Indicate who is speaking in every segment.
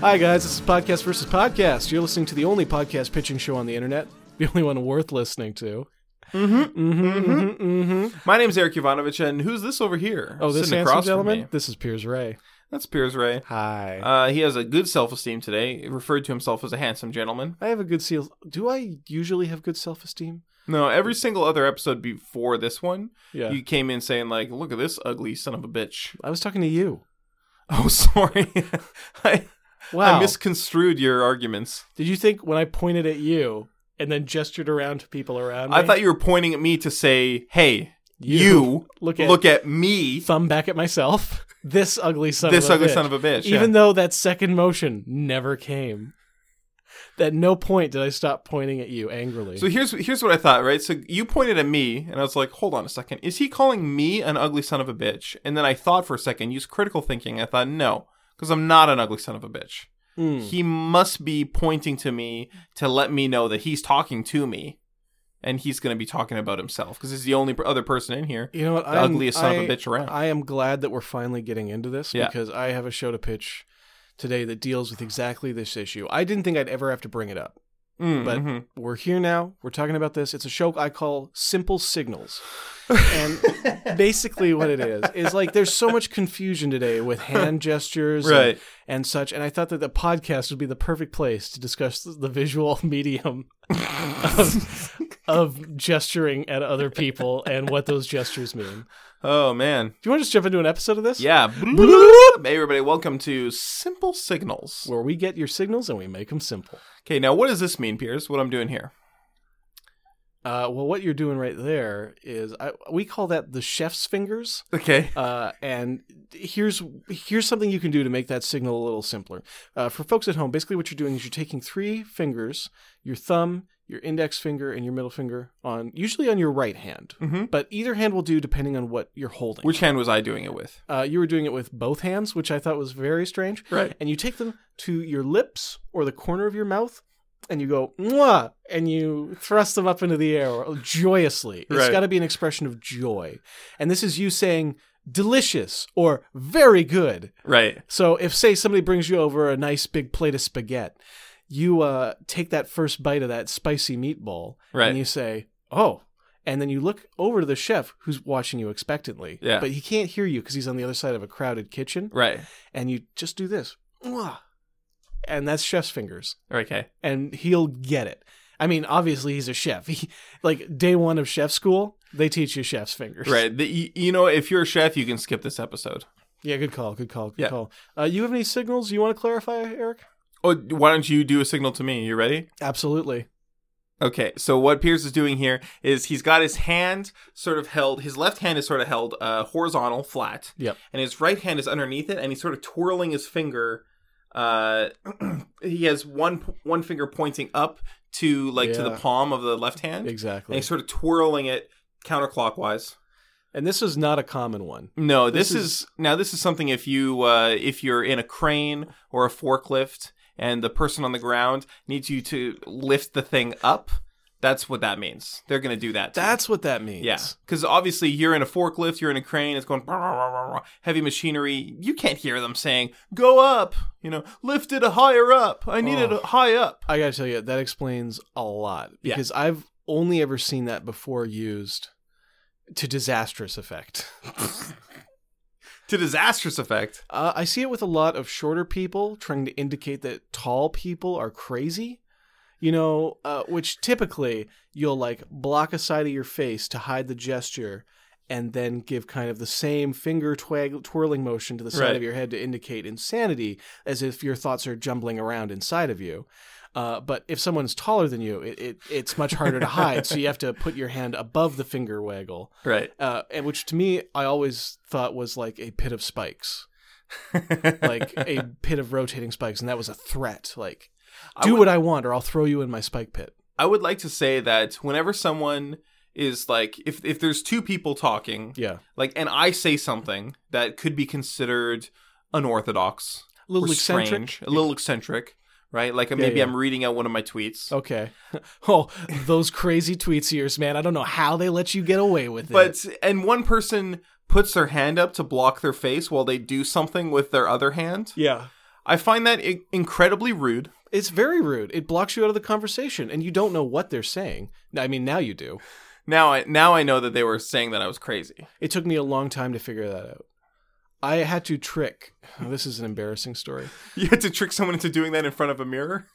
Speaker 1: Hi, guys. This is Podcast versus Podcast. You're listening to the only podcast pitching show on the internet, the only one worth listening to.
Speaker 2: Mm-hmm.
Speaker 1: Mm-hmm,
Speaker 2: My name's Eric Ivanovich, and who's this over here?
Speaker 1: Oh, this
Speaker 2: Sitting
Speaker 1: handsome
Speaker 2: across from
Speaker 1: gentleman.
Speaker 2: me.
Speaker 1: This is Piers Ray.
Speaker 2: That's Piers Ray.
Speaker 1: Hi.
Speaker 2: Uh, he has a good self-esteem today. He referred to himself as a handsome gentleman.
Speaker 1: I have a good seal. Do I usually have good self-esteem?
Speaker 2: No, every single other episode before this one,
Speaker 1: Yeah.
Speaker 2: you came in saying like, "Look at this ugly son of a bitch."
Speaker 1: I was talking to you.
Speaker 2: Oh, sorry. I,
Speaker 1: Wow.
Speaker 2: I misconstrued your arguments.
Speaker 1: Did you think when I pointed at you and then gestured around to people around
Speaker 2: I
Speaker 1: me,
Speaker 2: thought you were pointing at me to say, "Hey, you,
Speaker 1: look at
Speaker 2: look at me,
Speaker 1: thumb back at myself? This ugly son
Speaker 2: this
Speaker 1: of a
Speaker 2: ugly
Speaker 1: bitch.
Speaker 2: son of a bitch."
Speaker 1: Even
Speaker 2: yeah.
Speaker 1: though that second motion never came. At no point did I stop pointing at you angrily.
Speaker 2: So here's here's what I thought, right? So you pointed at me, and I was like, "Hold on a second, is he calling me an ugly son of a bitch?" And then I thought for a second, used critical thinking. I thought, "No, because I'm not an ugly son of a bitch.
Speaker 1: Mm.
Speaker 2: He must be pointing to me to let me know that he's talking to me, and he's going to be talking about himself because he's the only per- other person in here,
Speaker 1: You know what?
Speaker 2: the ugliest son of a bitch around."
Speaker 1: I am glad that we're finally getting into this
Speaker 2: Yeah.
Speaker 1: because I have a show to pitch today that deals with exactly this issue. I didn't think I'd ever have to bring it up.
Speaker 2: Mm,
Speaker 1: but-
Speaker 2: mhm.
Speaker 1: We're here now. We're talking about this. It's a show I call Simple Signals. And basically what it is is like there's so much confusion today with hand gestures and-
Speaker 2: right,
Speaker 1: and, such and I thought that the podcast would be the perfect place to discuss the visual medium of, of gesturing at other people and what those gestures mean.
Speaker 2: oh man,
Speaker 1: Do you want to just jump into an episode of this?
Speaker 2: yeah. hey everybody, welcome to Simple Signals.
Speaker 1: Where we get your signals and we make them simple.
Speaker 2: Okay, now what does this mean, Piers? What I'm doing here?
Speaker 1: Uh, well, what you're doing right there is I, we call that the chef's fingers.
Speaker 2: Okay.
Speaker 1: Uh, and here's here's something you can do to make that signal a little simpler. Uh, for folks at home, basically what you're doing is you're taking three fingers, your thumb, your index finger, and your middle finger on usually on your right hand,
Speaker 2: Mm-hmm.
Speaker 1: but either hand will do depending on what you're holding.
Speaker 2: Which hand was I doing it with?
Speaker 1: uh, you were doing it with both hands, which I thought was very strange.
Speaker 2: Right.
Speaker 1: and you take them to your lips or the corner of your mouth and you go Mwah! and you thrust them up into the air joyously It's
Speaker 2: Right.
Speaker 1: got to be an expression of joy and this is you saying delicious or very good
Speaker 2: Right.
Speaker 1: so if say somebody brings you over a nice big plate of spaghetti you uh, take that first bite of that spicy meatball
Speaker 2: Right.
Speaker 1: and you say oh and then you look over to the chef who's watching you expectantly
Speaker 2: Yeah.
Speaker 1: but he can't hear you because he's on the other side of a crowded kitchen
Speaker 2: Right.
Speaker 1: and you just do this. Mwah. And that's chef's fingers.
Speaker 2: Okay.
Speaker 1: And he'll get it. I mean, obviously he's a chef. He, like day one of chef school, they teach you chef's fingers.
Speaker 2: Right. The, you, you know, if you're a chef, you can skip this episode.
Speaker 1: Yeah, good call, good call, good
Speaker 2: Yeah.
Speaker 1: call. Uh, you have any signals you want to clarify, Eric?
Speaker 2: Oh, why don't you do a signal to me? You ready?
Speaker 1: Absolutely.
Speaker 2: Okay. So what Pierce is doing here is he's got his hand sort of held. His left hand is sort of held uh, horizontal, flat.
Speaker 1: Yep.
Speaker 2: And his right hand is underneath it, and he's sort of twirling his finger. Uh, he has one one finger pointing up to like to the
Speaker 1: Yeah.
Speaker 2: palm of the left hand, and
Speaker 1: Exactly.
Speaker 2: he's sort of twirling it counterclockwise.
Speaker 1: And this is not a common one.
Speaker 2: No,
Speaker 1: This
Speaker 2: this, is, now this is something if you uh, if you're in a crane or a forklift and the person on the ground needs you to lift the thing up. That's what that means. They're gonna do that. to you.
Speaker 1: That's what that means.
Speaker 2: yeah, because obviously you're in a forklift, you're in a crane, it's going brr, brr, brr, brr, heavy machinery. You can't hear them saying "go up," you know, "lift it higher up." I need
Speaker 1: Oh.
Speaker 2: it high up.
Speaker 1: I gotta tell you, that explains a lot
Speaker 2: Yeah.
Speaker 1: because I've only ever seen that before used to disastrous effect.
Speaker 2: To disastrous effect.
Speaker 1: Uh, I see it with a lot of shorter people trying to indicate that tall people are crazy. You know, uh, which typically you'll like block a side of your face to hide the gesture and then give kind of the same finger twag- twirling motion to the side
Speaker 2: Right.
Speaker 1: of your head to indicate insanity as if your thoughts are jumbling around inside of you. Uh, but if someone's taller than you, it, it, it's much harder to hide. so you have to put your hand above the finger waggle,
Speaker 2: Right.
Speaker 1: uh, and which to me, I always thought was like a pit of spikes like a pit of rotating spikes, and that was a threat. Like,
Speaker 2: I
Speaker 1: do
Speaker 2: would-
Speaker 1: what I want, or I'll throw you in my spike pit.
Speaker 2: I would like to say that whenever someone is like, if if there's two people talking,
Speaker 1: Yeah,
Speaker 2: like and i say something that could be considered unorthodox
Speaker 1: a little
Speaker 2: or
Speaker 1: eccentric.
Speaker 2: strange a little eccentric right like maybe
Speaker 1: yeah.
Speaker 2: i'm reading out one of my tweets
Speaker 1: Okay. Oh, those crazy tweets of yours, man! I don't know how they let you get away with it.
Speaker 2: but and one person puts their hand up to block their face while they do something with their other hand
Speaker 1: yeah,
Speaker 2: I find that i- incredibly rude.
Speaker 1: It's very rude. It blocks you out of the conversation, and you don't know what they're saying. I mean, now you do.
Speaker 2: Now I now I know that they were saying that I was crazy.
Speaker 1: It took me a long time to figure that out. I had to trick. This is an embarrassing story.
Speaker 2: You had to trick someone into doing that in front of a mirror,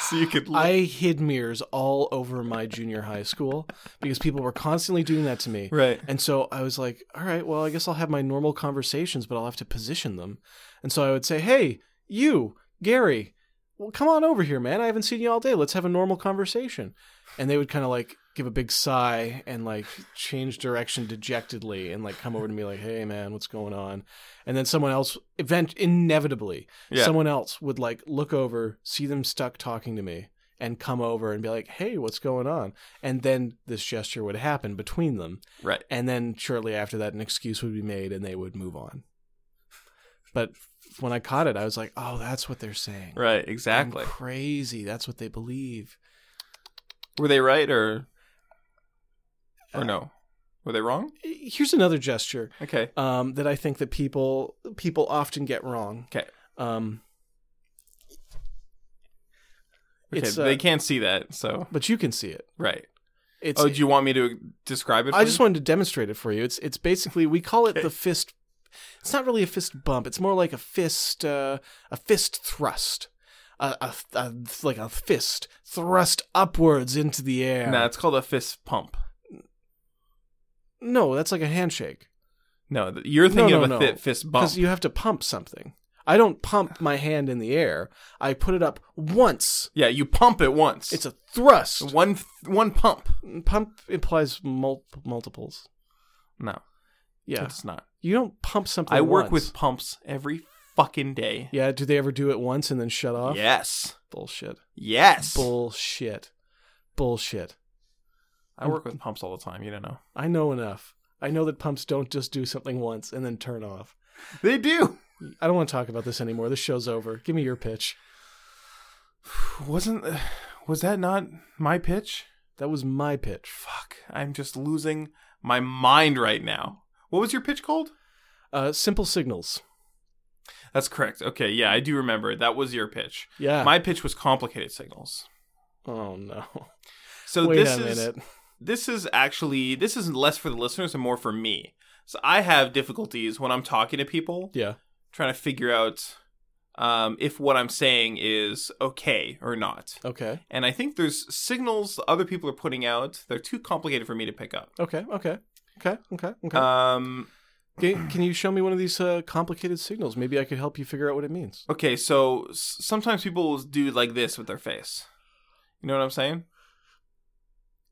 Speaker 2: so you could.
Speaker 1: I hid mirrors all over my junior high school because people were constantly doing that to me.
Speaker 2: right.
Speaker 1: And so I was like, all right, well, I guess I'll have my normal conversations, but I'll have to position them. And so I would say, hey, you, Gary, well, come on over here, man. I haven't seen you all day. Let's have a normal conversation. And they would kind of like give a big sigh and like change direction dejectedly and like come over to me like, hey, man, what's going on? And then someone else, event inevitably,
Speaker 2: Yeah.
Speaker 1: someone else would like look over, see them stuck talking to me. And come over and be like, hey, what's going on? And then this gesture would happen between them
Speaker 2: Right.
Speaker 1: and then shortly after that an excuse would be made and they would move on but when i caught it i was like oh that's what they're saying
Speaker 2: Right.
Speaker 1: I'm
Speaker 2: Exactly.
Speaker 1: crazy that's what they believe
Speaker 2: Were they right or
Speaker 1: Uh,
Speaker 2: or no? Were they wrong?
Speaker 1: here's another gesture
Speaker 2: Okay.
Speaker 1: um, that i think that people people often get wrong
Speaker 2: Okay.
Speaker 1: um,
Speaker 2: Okay.
Speaker 1: It's, uh,
Speaker 2: they can't see that, so
Speaker 1: but you can see it
Speaker 2: right.
Speaker 1: it's
Speaker 2: Oh, do you want me to describe it? For
Speaker 1: i just
Speaker 2: you?
Speaker 1: wanted to demonstrate it for you it's it's basically we call it the fist it's not really a fist bump it's more like a fist uh, a fist thrust a, a, a like a fist thrust upwards into the air
Speaker 2: Nah, it's called a fist pump.
Speaker 1: no that's like a handshake
Speaker 2: No, th- you're thinking
Speaker 1: no,
Speaker 2: of a
Speaker 1: no.
Speaker 2: thi- fist bump.
Speaker 1: because you have to pump something i don't pump my hand in the air i put it up once
Speaker 2: yeah, you pump it once.
Speaker 1: it's a thrust
Speaker 2: one th- one pump.
Speaker 1: pump implies mul- multiples
Speaker 2: No,
Speaker 1: yeah
Speaker 2: it's not.
Speaker 1: you don't pump something
Speaker 2: I work
Speaker 1: once.
Speaker 2: with pumps every fucking day.
Speaker 1: yeah do they ever do it once and then shut off
Speaker 2: Yes.
Speaker 1: bullshit
Speaker 2: Yes.
Speaker 1: Bullshit. Bullshit.
Speaker 2: I work with pumps all the time. You don't know.
Speaker 1: I know enough. I know that pumps don't just do something once and then turn off.
Speaker 2: They do.
Speaker 1: I don't want to talk about this anymore. This show's over. Give me your pitch.
Speaker 2: Wasn't was that not my pitch?
Speaker 1: That was my pitch.
Speaker 2: Fuck. I'm just losing my mind right now. What was your pitch called?
Speaker 1: Uh, simple signals.
Speaker 2: That's correct. Okay, yeah, I do remember. That was your pitch.
Speaker 1: Yeah.
Speaker 2: My pitch was complicated signals.
Speaker 1: oh no.
Speaker 2: So
Speaker 1: Wait
Speaker 2: this
Speaker 1: a
Speaker 2: is
Speaker 1: minute.
Speaker 2: this is actually this is less for the listeners and more for me. So I have difficulties when I'm talking to people
Speaker 1: Yeah.
Speaker 2: trying to figure out um, if what I'm saying is okay or not.
Speaker 1: Okay.
Speaker 2: And I think there's signals other people are putting out. They're too complicated for me to pick up.
Speaker 1: Okay. Okay. Okay. Okay. Okay.
Speaker 2: Um,
Speaker 1: can, can you show me one of these uh, complicated signals? Maybe I could help you figure out what it means.
Speaker 2: okay, so s- sometimes people will do like this with their face. You know what I'm saying?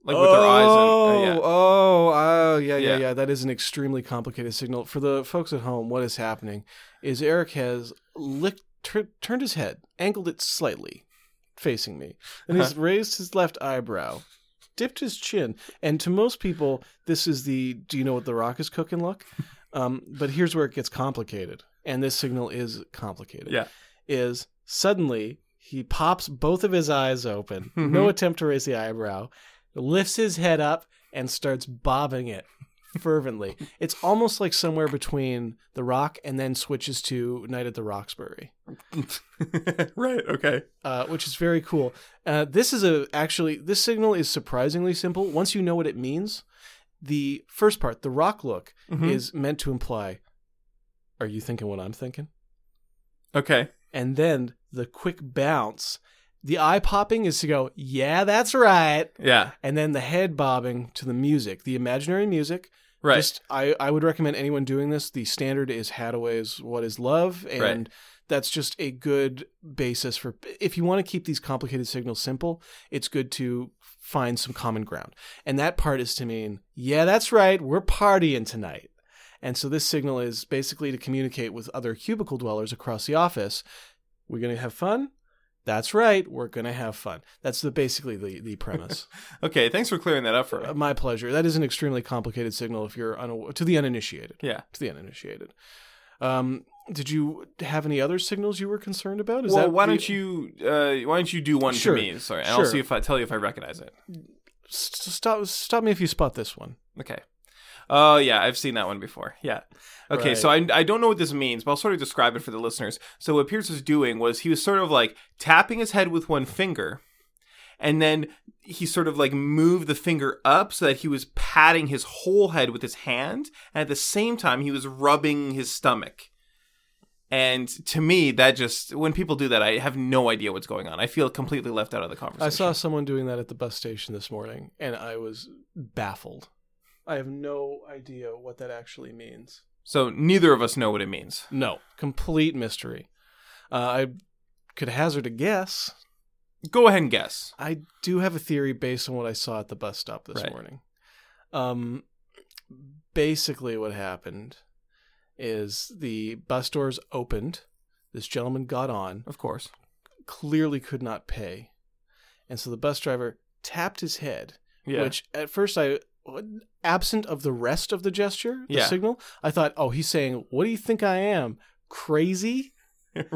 Speaker 2: Like with their eyes. And, uh, yeah.
Speaker 1: Oh, oh, yeah, yeah,
Speaker 2: Yeah.
Speaker 1: yeah, That is an extremely complicated signal. For the folks at home, what is happening is Eric has licked, tur- turned his head, angled it slightly, facing me, and he's raised his left eyebrow, dipped his chin, and to most people, this is the "Do you know what the rock is cooking?" look. Um, but here's where it gets complicated, and this signal is complicated
Speaker 2: Yeah.
Speaker 1: is suddenly he pops both of his eyes open,
Speaker 2: Mhm.
Speaker 1: no attempt to raise the eyebrow, lifts his head up and starts bobbing it fervently. it's almost like somewhere between The Rock and then switches to Night at the Roxbury,
Speaker 2: Oh. right. Okay.
Speaker 1: uh, which is very cool. Uh, this is a actually this signal is surprisingly simple once you know what it means. The first part, the rock look,
Speaker 2: Mhm.
Speaker 1: is meant to imply, "Are you thinking what I'm thinking?"
Speaker 2: okay.
Speaker 1: and then the quick bounce. The eye popping is to go, yeah, that's right.
Speaker 2: Yeah.
Speaker 1: And then the head bobbing to the music, the imaginary music.
Speaker 2: Right.
Speaker 1: Just, I, I would recommend anyone doing this. The standard is Hadaway's What is Love. And
Speaker 2: Right.
Speaker 1: that's just a good basis for, if you want to keep these complicated signals simple, it's good to find some common ground. And that part is to mean, yeah, that's right, we're partying tonight. And so this signal is basically to communicate with other cubicle dwellers across the office. We're going to have fun. That's right, we're going to have fun. That's the basically the, the premise.
Speaker 2: okay. Thanks for clearing that up for
Speaker 1: Uh,
Speaker 2: me.
Speaker 1: My pleasure. That is an extremely complicated signal if you're unaw- to the uninitiated.
Speaker 2: Yeah.
Speaker 1: To the uninitiated. Um, did you have any other signals you were concerned about?
Speaker 2: well,
Speaker 1: that
Speaker 2: why
Speaker 1: the-
Speaker 2: don't you uh, why don't you do one
Speaker 1: Sure.
Speaker 2: for me? Sorry, and I'll
Speaker 1: Sure.
Speaker 2: see if I tell you if I recognize it.
Speaker 1: S- stop? Stop me if you spot this one.
Speaker 2: Okay. Oh yeah, I've seen that one before. Yeah. Okay,
Speaker 1: Right.
Speaker 2: so I I don't know what this means, but I'll sort of describe it for the listeners. So what Pierce was doing was he was sort of like tapping his head with one finger, and then he sort of like moved the finger up so that he was patting his whole head with his hand, and at the same time he was rubbing his stomach. And to me, that just when people do that, I have no idea what's going on. I feel completely left out of the conversation.
Speaker 1: I saw someone doing that at the bus station this morning, and I was baffled. I have no idea what that actually means.
Speaker 2: So neither of us know what it means.
Speaker 1: No, complete mystery. Uh, I could hazard a guess.
Speaker 2: Go ahead and guess.
Speaker 1: I do have a theory based on what I saw at the bus stop this
Speaker 2: Right.
Speaker 1: morning. Um, basically, what happened is the bus doors opened. This gentleman got on,
Speaker 2: Of course.
Speaker 1: clearly could not pay, and so the bus driver tapped his head
Speaker 2: Yeah.
Speaker 1: which at first I absent of the rest of the gesture, the
Speaker 2: Yeah.
Speaker 1: signal, I thought, "Oh, he's saying, what do you think I am? Crazy?"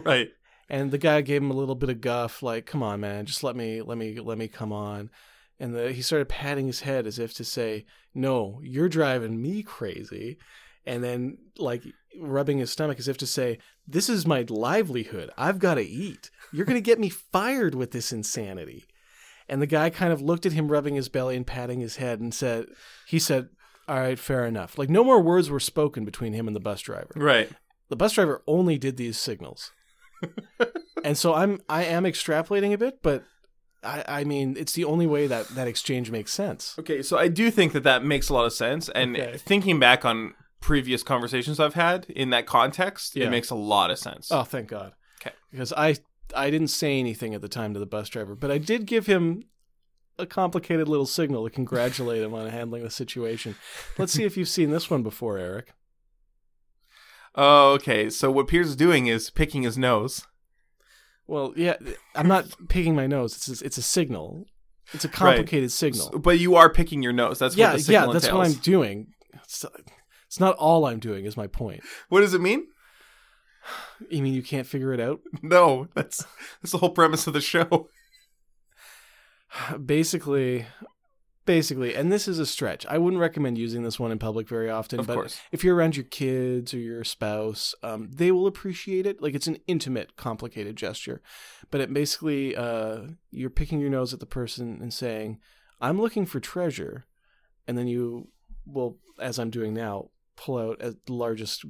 Speaker 2: right.
Speaker 1: And the guy gave him a little bit of guff like, "Come on, man, just let me let me let me come on." And the, he started patting his head as if to say, "No, you're driving me crazy." And then like rubbing his stomach as if to say, "This is my livelihood. I've got to eat. You're going to get me fired with this insanity." And the guy kind of looked at him rubbing his belly and patting his head and said, he said, "All right, fair enough." Like no more words were spoken between him and the bus driver
Speaker 2: Right.
Speaker 1: the bus driver only did these signals and so i'm i am extrapolating a bit but i i mean it's the only way that that exchange makes sense
Speaker 2: Okay, so I do think that that makes a lot of sense. And
Speaker 1: Okay.
Speaker 2: thinking back on previous conversations I've had in that context,
Speaker 1: Yeah.
Speaker 2: it makes a lot of sense.
Speaker 1: oh thank god
Speaker 2: Okay.
Speaker 1: because i i didn't say anything at the time to the bus driver but i did give him a complicated little signal to congratulate him on handling the situation let's see if you've seen this one before eric
Speaker 2: Oh, okay. So what Piers is doing is picking his nose.
Speaker 1: well yeah i'm not picking my nose it's a, it's a signal it's a complicated signal
Speaker 2: S- But you are picking your nose. That's
Speaker 1: yeah
Speaker 2: what the
Speaker 1: yeah
Speaker 2: signal
Speaker 1: that's
Speaker 2: entails.
Speaker 1: what i'm doing it's, it's not all i'm doing is my point
Speaker 2: What does it mean?
Speaker 1: You mean you can't figure it out?
Speaker 2: No, that's that's the whole premise of the show.
Speaker 1: basically, basically, and this is a stretch. I wouldn't recommend using this one in public very often,
Speaker 2: Of
Speaker 1: but
Speaker 2: course.
Speaker 1: if you're around your kids or your spouse, um, they will appreciate it. Like it's an intimate, complicated gesture, but it basically uh, you're picking your nose at the person and saying, "I'm looking for treasure," and then you will, as I'm doing now, pull out a- the largest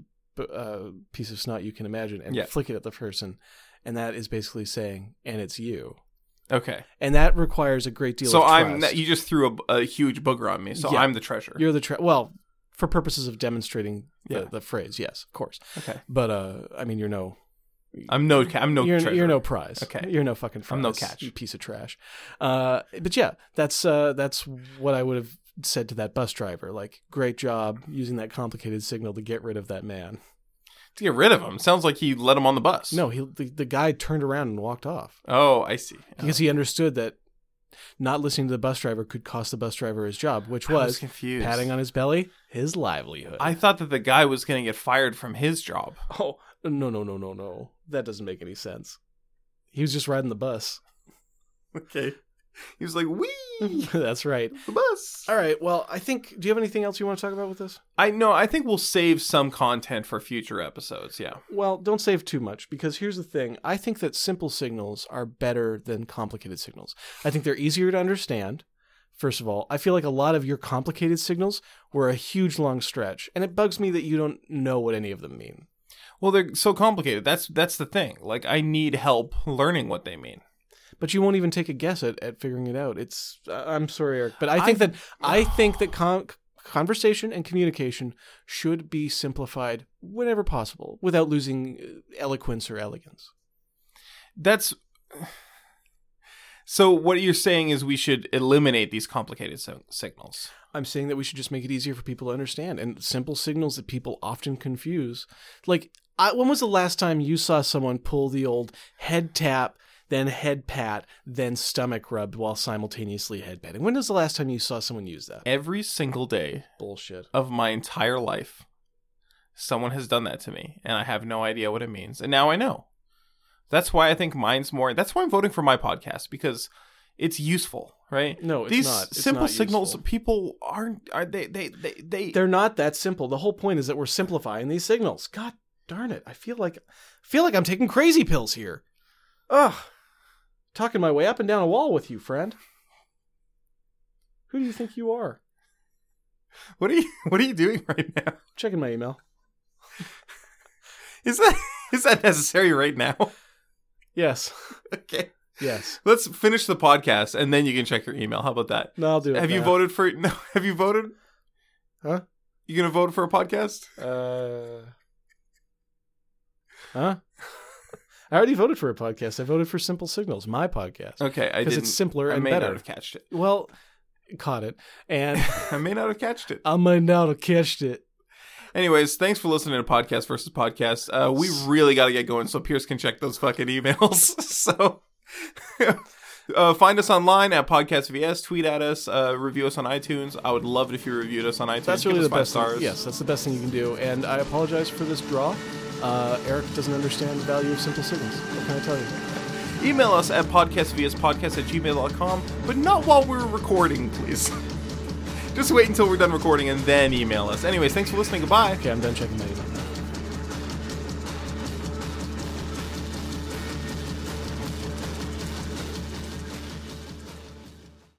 Speaker 1: uh, piece of snot you can imagine and
Speaker 2: Yeah.
Speaker 1: flick it at the person, and that is basically saying, "And it's you."
Speaker 2: Okay.
Speaker 1: and that requires a great deal
Speaker 2: So
Speaker 1: of
Speaker 2: I'm
Speaker 1: trust.
Speaker 2: you just threw a, a huge booger on me. So
Speaker 1: Yeah.
Speaker 2: I'm the treasure.
Speaker 1: you're the tre- well for purposes of demonstrating the,
Speaker 2: Yeah.
Speaker 1: the phrase yes of course
Speaker 2: okay.
Speaker 1: but uh i mean you're no
Speaker 2: I'm no ca- I'm no
Speaker 1: you're,
Speaker 2: treasure.
Speaker 1: you're no prize
Speaker 2: Okay.
Speaker 1: you're no fucking prize
Speaker 2: I'm no catch.
Speaker 1: you piece of trash uh but yeah that's uh that's what i would have said to that bus driver like great job using that complicated signal to get rid of that man
Speaker 2: to get rid of him. Sounds like he let him on the bus.
Speaker 1: no he the, the guy turned around and walked off
Speaker 2: Oh, I see. Oh.
Speaker 1: because he understood that not listening to the bus driver could cost the bus driver his job which
Speaker 2: Oh, I
Speaker 1: was,
Speaker 2: confused.
Speaker 1: patting on his belly his livelihood
Speaker 2: I thought that the guy was going to get fired from his job.
Speaker 1: Oh, no, no, no, no, no. That doesn't make any sense. He was just riding the bus.
Speaker 2: Okay. He was like, "Wee,
Speaker 1: That's right.
Speaker 2: the bus."
Speaker 1: All right. Well, I think. Do you have anything else you want to talk about with this?
Speaker 2: I know. I think we'll save some content for future episodes. Yeah.
Speaker 1: Well, don't save too much because here's the thing. I think that simple signals are better than complicated signals. I think they're easier to understand. First of all, I feel like a lot of your complicated signals were a huge long stretch, and it bugs me that you don't know what any of them mean.
Speaker 2: Well, they're so complicated. That's that's the thing. Like, I need help learning what they mean.
Speaker 1: but you won't even take a guess at, at figuring it out. It's uh, I'm sorry, Eric, but I think that I think that con- conversation and communication should be simplified whenever possible without losing uh, eloquence or elegance.
Speaker 2: That's. So what you're saying is we should eliminate these complicated sig- signals.
Speaker 1: I'm saying that we should just make it easier for people to understand and simple signals that people often confuse. Like, I, when was the last time you saw someone pull the old head tap, then head pat, then stomach rub while simultaneously head patting? When was the last time you saw someone use that?
Speaker 2: Every single day
Speaker 1: Bullshit.
Speaker 2: of my entire life, someone has done that to me, and I have no idea what it means. And now I know. That's why I think mine's more. That's why I'm voting for my podcast because It's useful, right?
Speaker 1: No, it's
Speaker 2: These
Speaker 1: not. It's
Speaker 2: simple
Speaker 1: not
Speaker 2: signals
Speaker 1: useful.
Speaker 2: people aren't are they they they they
Speaker 1: They're not that simple. The whole point is that we're simplifying these signals. God darn it! I feel like feel like I'm taking crazy pills here. Ugh, talking my way up and down a wall with you, friend. Who do you think you are?
Speaker 2: what are you what are you doing right now?
Speaker 1: Checking my email.
Speaker 2: Is that is that necessary right now?
Speaker 1: Yes,
Speaker 2: Okay.
Speaker 1: yes.
Speaker 2: Let's finish the podcast and then you can check your email. How about that?
Speaker 1: No, I'll do it.
Speaker 2: Have you
Speaker 1: now.
Speaker 2: voted for no have you voted?
Speaker 1: Huh?
Speaker 2: You gonna vote for a podcast?
Speaker 1: Uh, huh? I already voted for a podcast. I voted for Simple Signals, my podcast,
Speaker 2: Okay, I
Speaker 1: because
Speaker 2: didn't
Speaker 1: it's simpler
Speaker 2: I
Speaker 1: and
Speaker 2: may
Speaker 1: better.
Speaker 2: not have catched it.
Speaker 1: Well, caught it, and
Speaker 2: I may not have catched it.
Speaker 1: I might not have catched it.
Speaker 2: Anyways, thanks for listening to Podcast versus Podcast. Uh, we really got to get going so Pierce can check those fucking emails. so uh, find us online at Podcast VS, tweet at us, uh, review us on iTunes. I would love it if you reviewed us on iTunes.
Speaker 1: That's
Speaker 2: Give
Speaker 1: really
Speaker 2: us
Speaker 1: the
Speaker 2: five
Speaker 1: best.
Speaker 2: stars.
Speaker 1: Thing. Yes, that's the best thing you can do. And I apologize for this draw. Uh, Eric doesn't understand the value of simple signals. What can I tell you?
Speaker 2: Email us at podcastVSpodcast at gmail.com, but not while we're recording, please. Just wait until we're done recording and then email us. Anyways, thanks for listening. Goodbye.
Speaker 1: Okay, I'm done checking my email.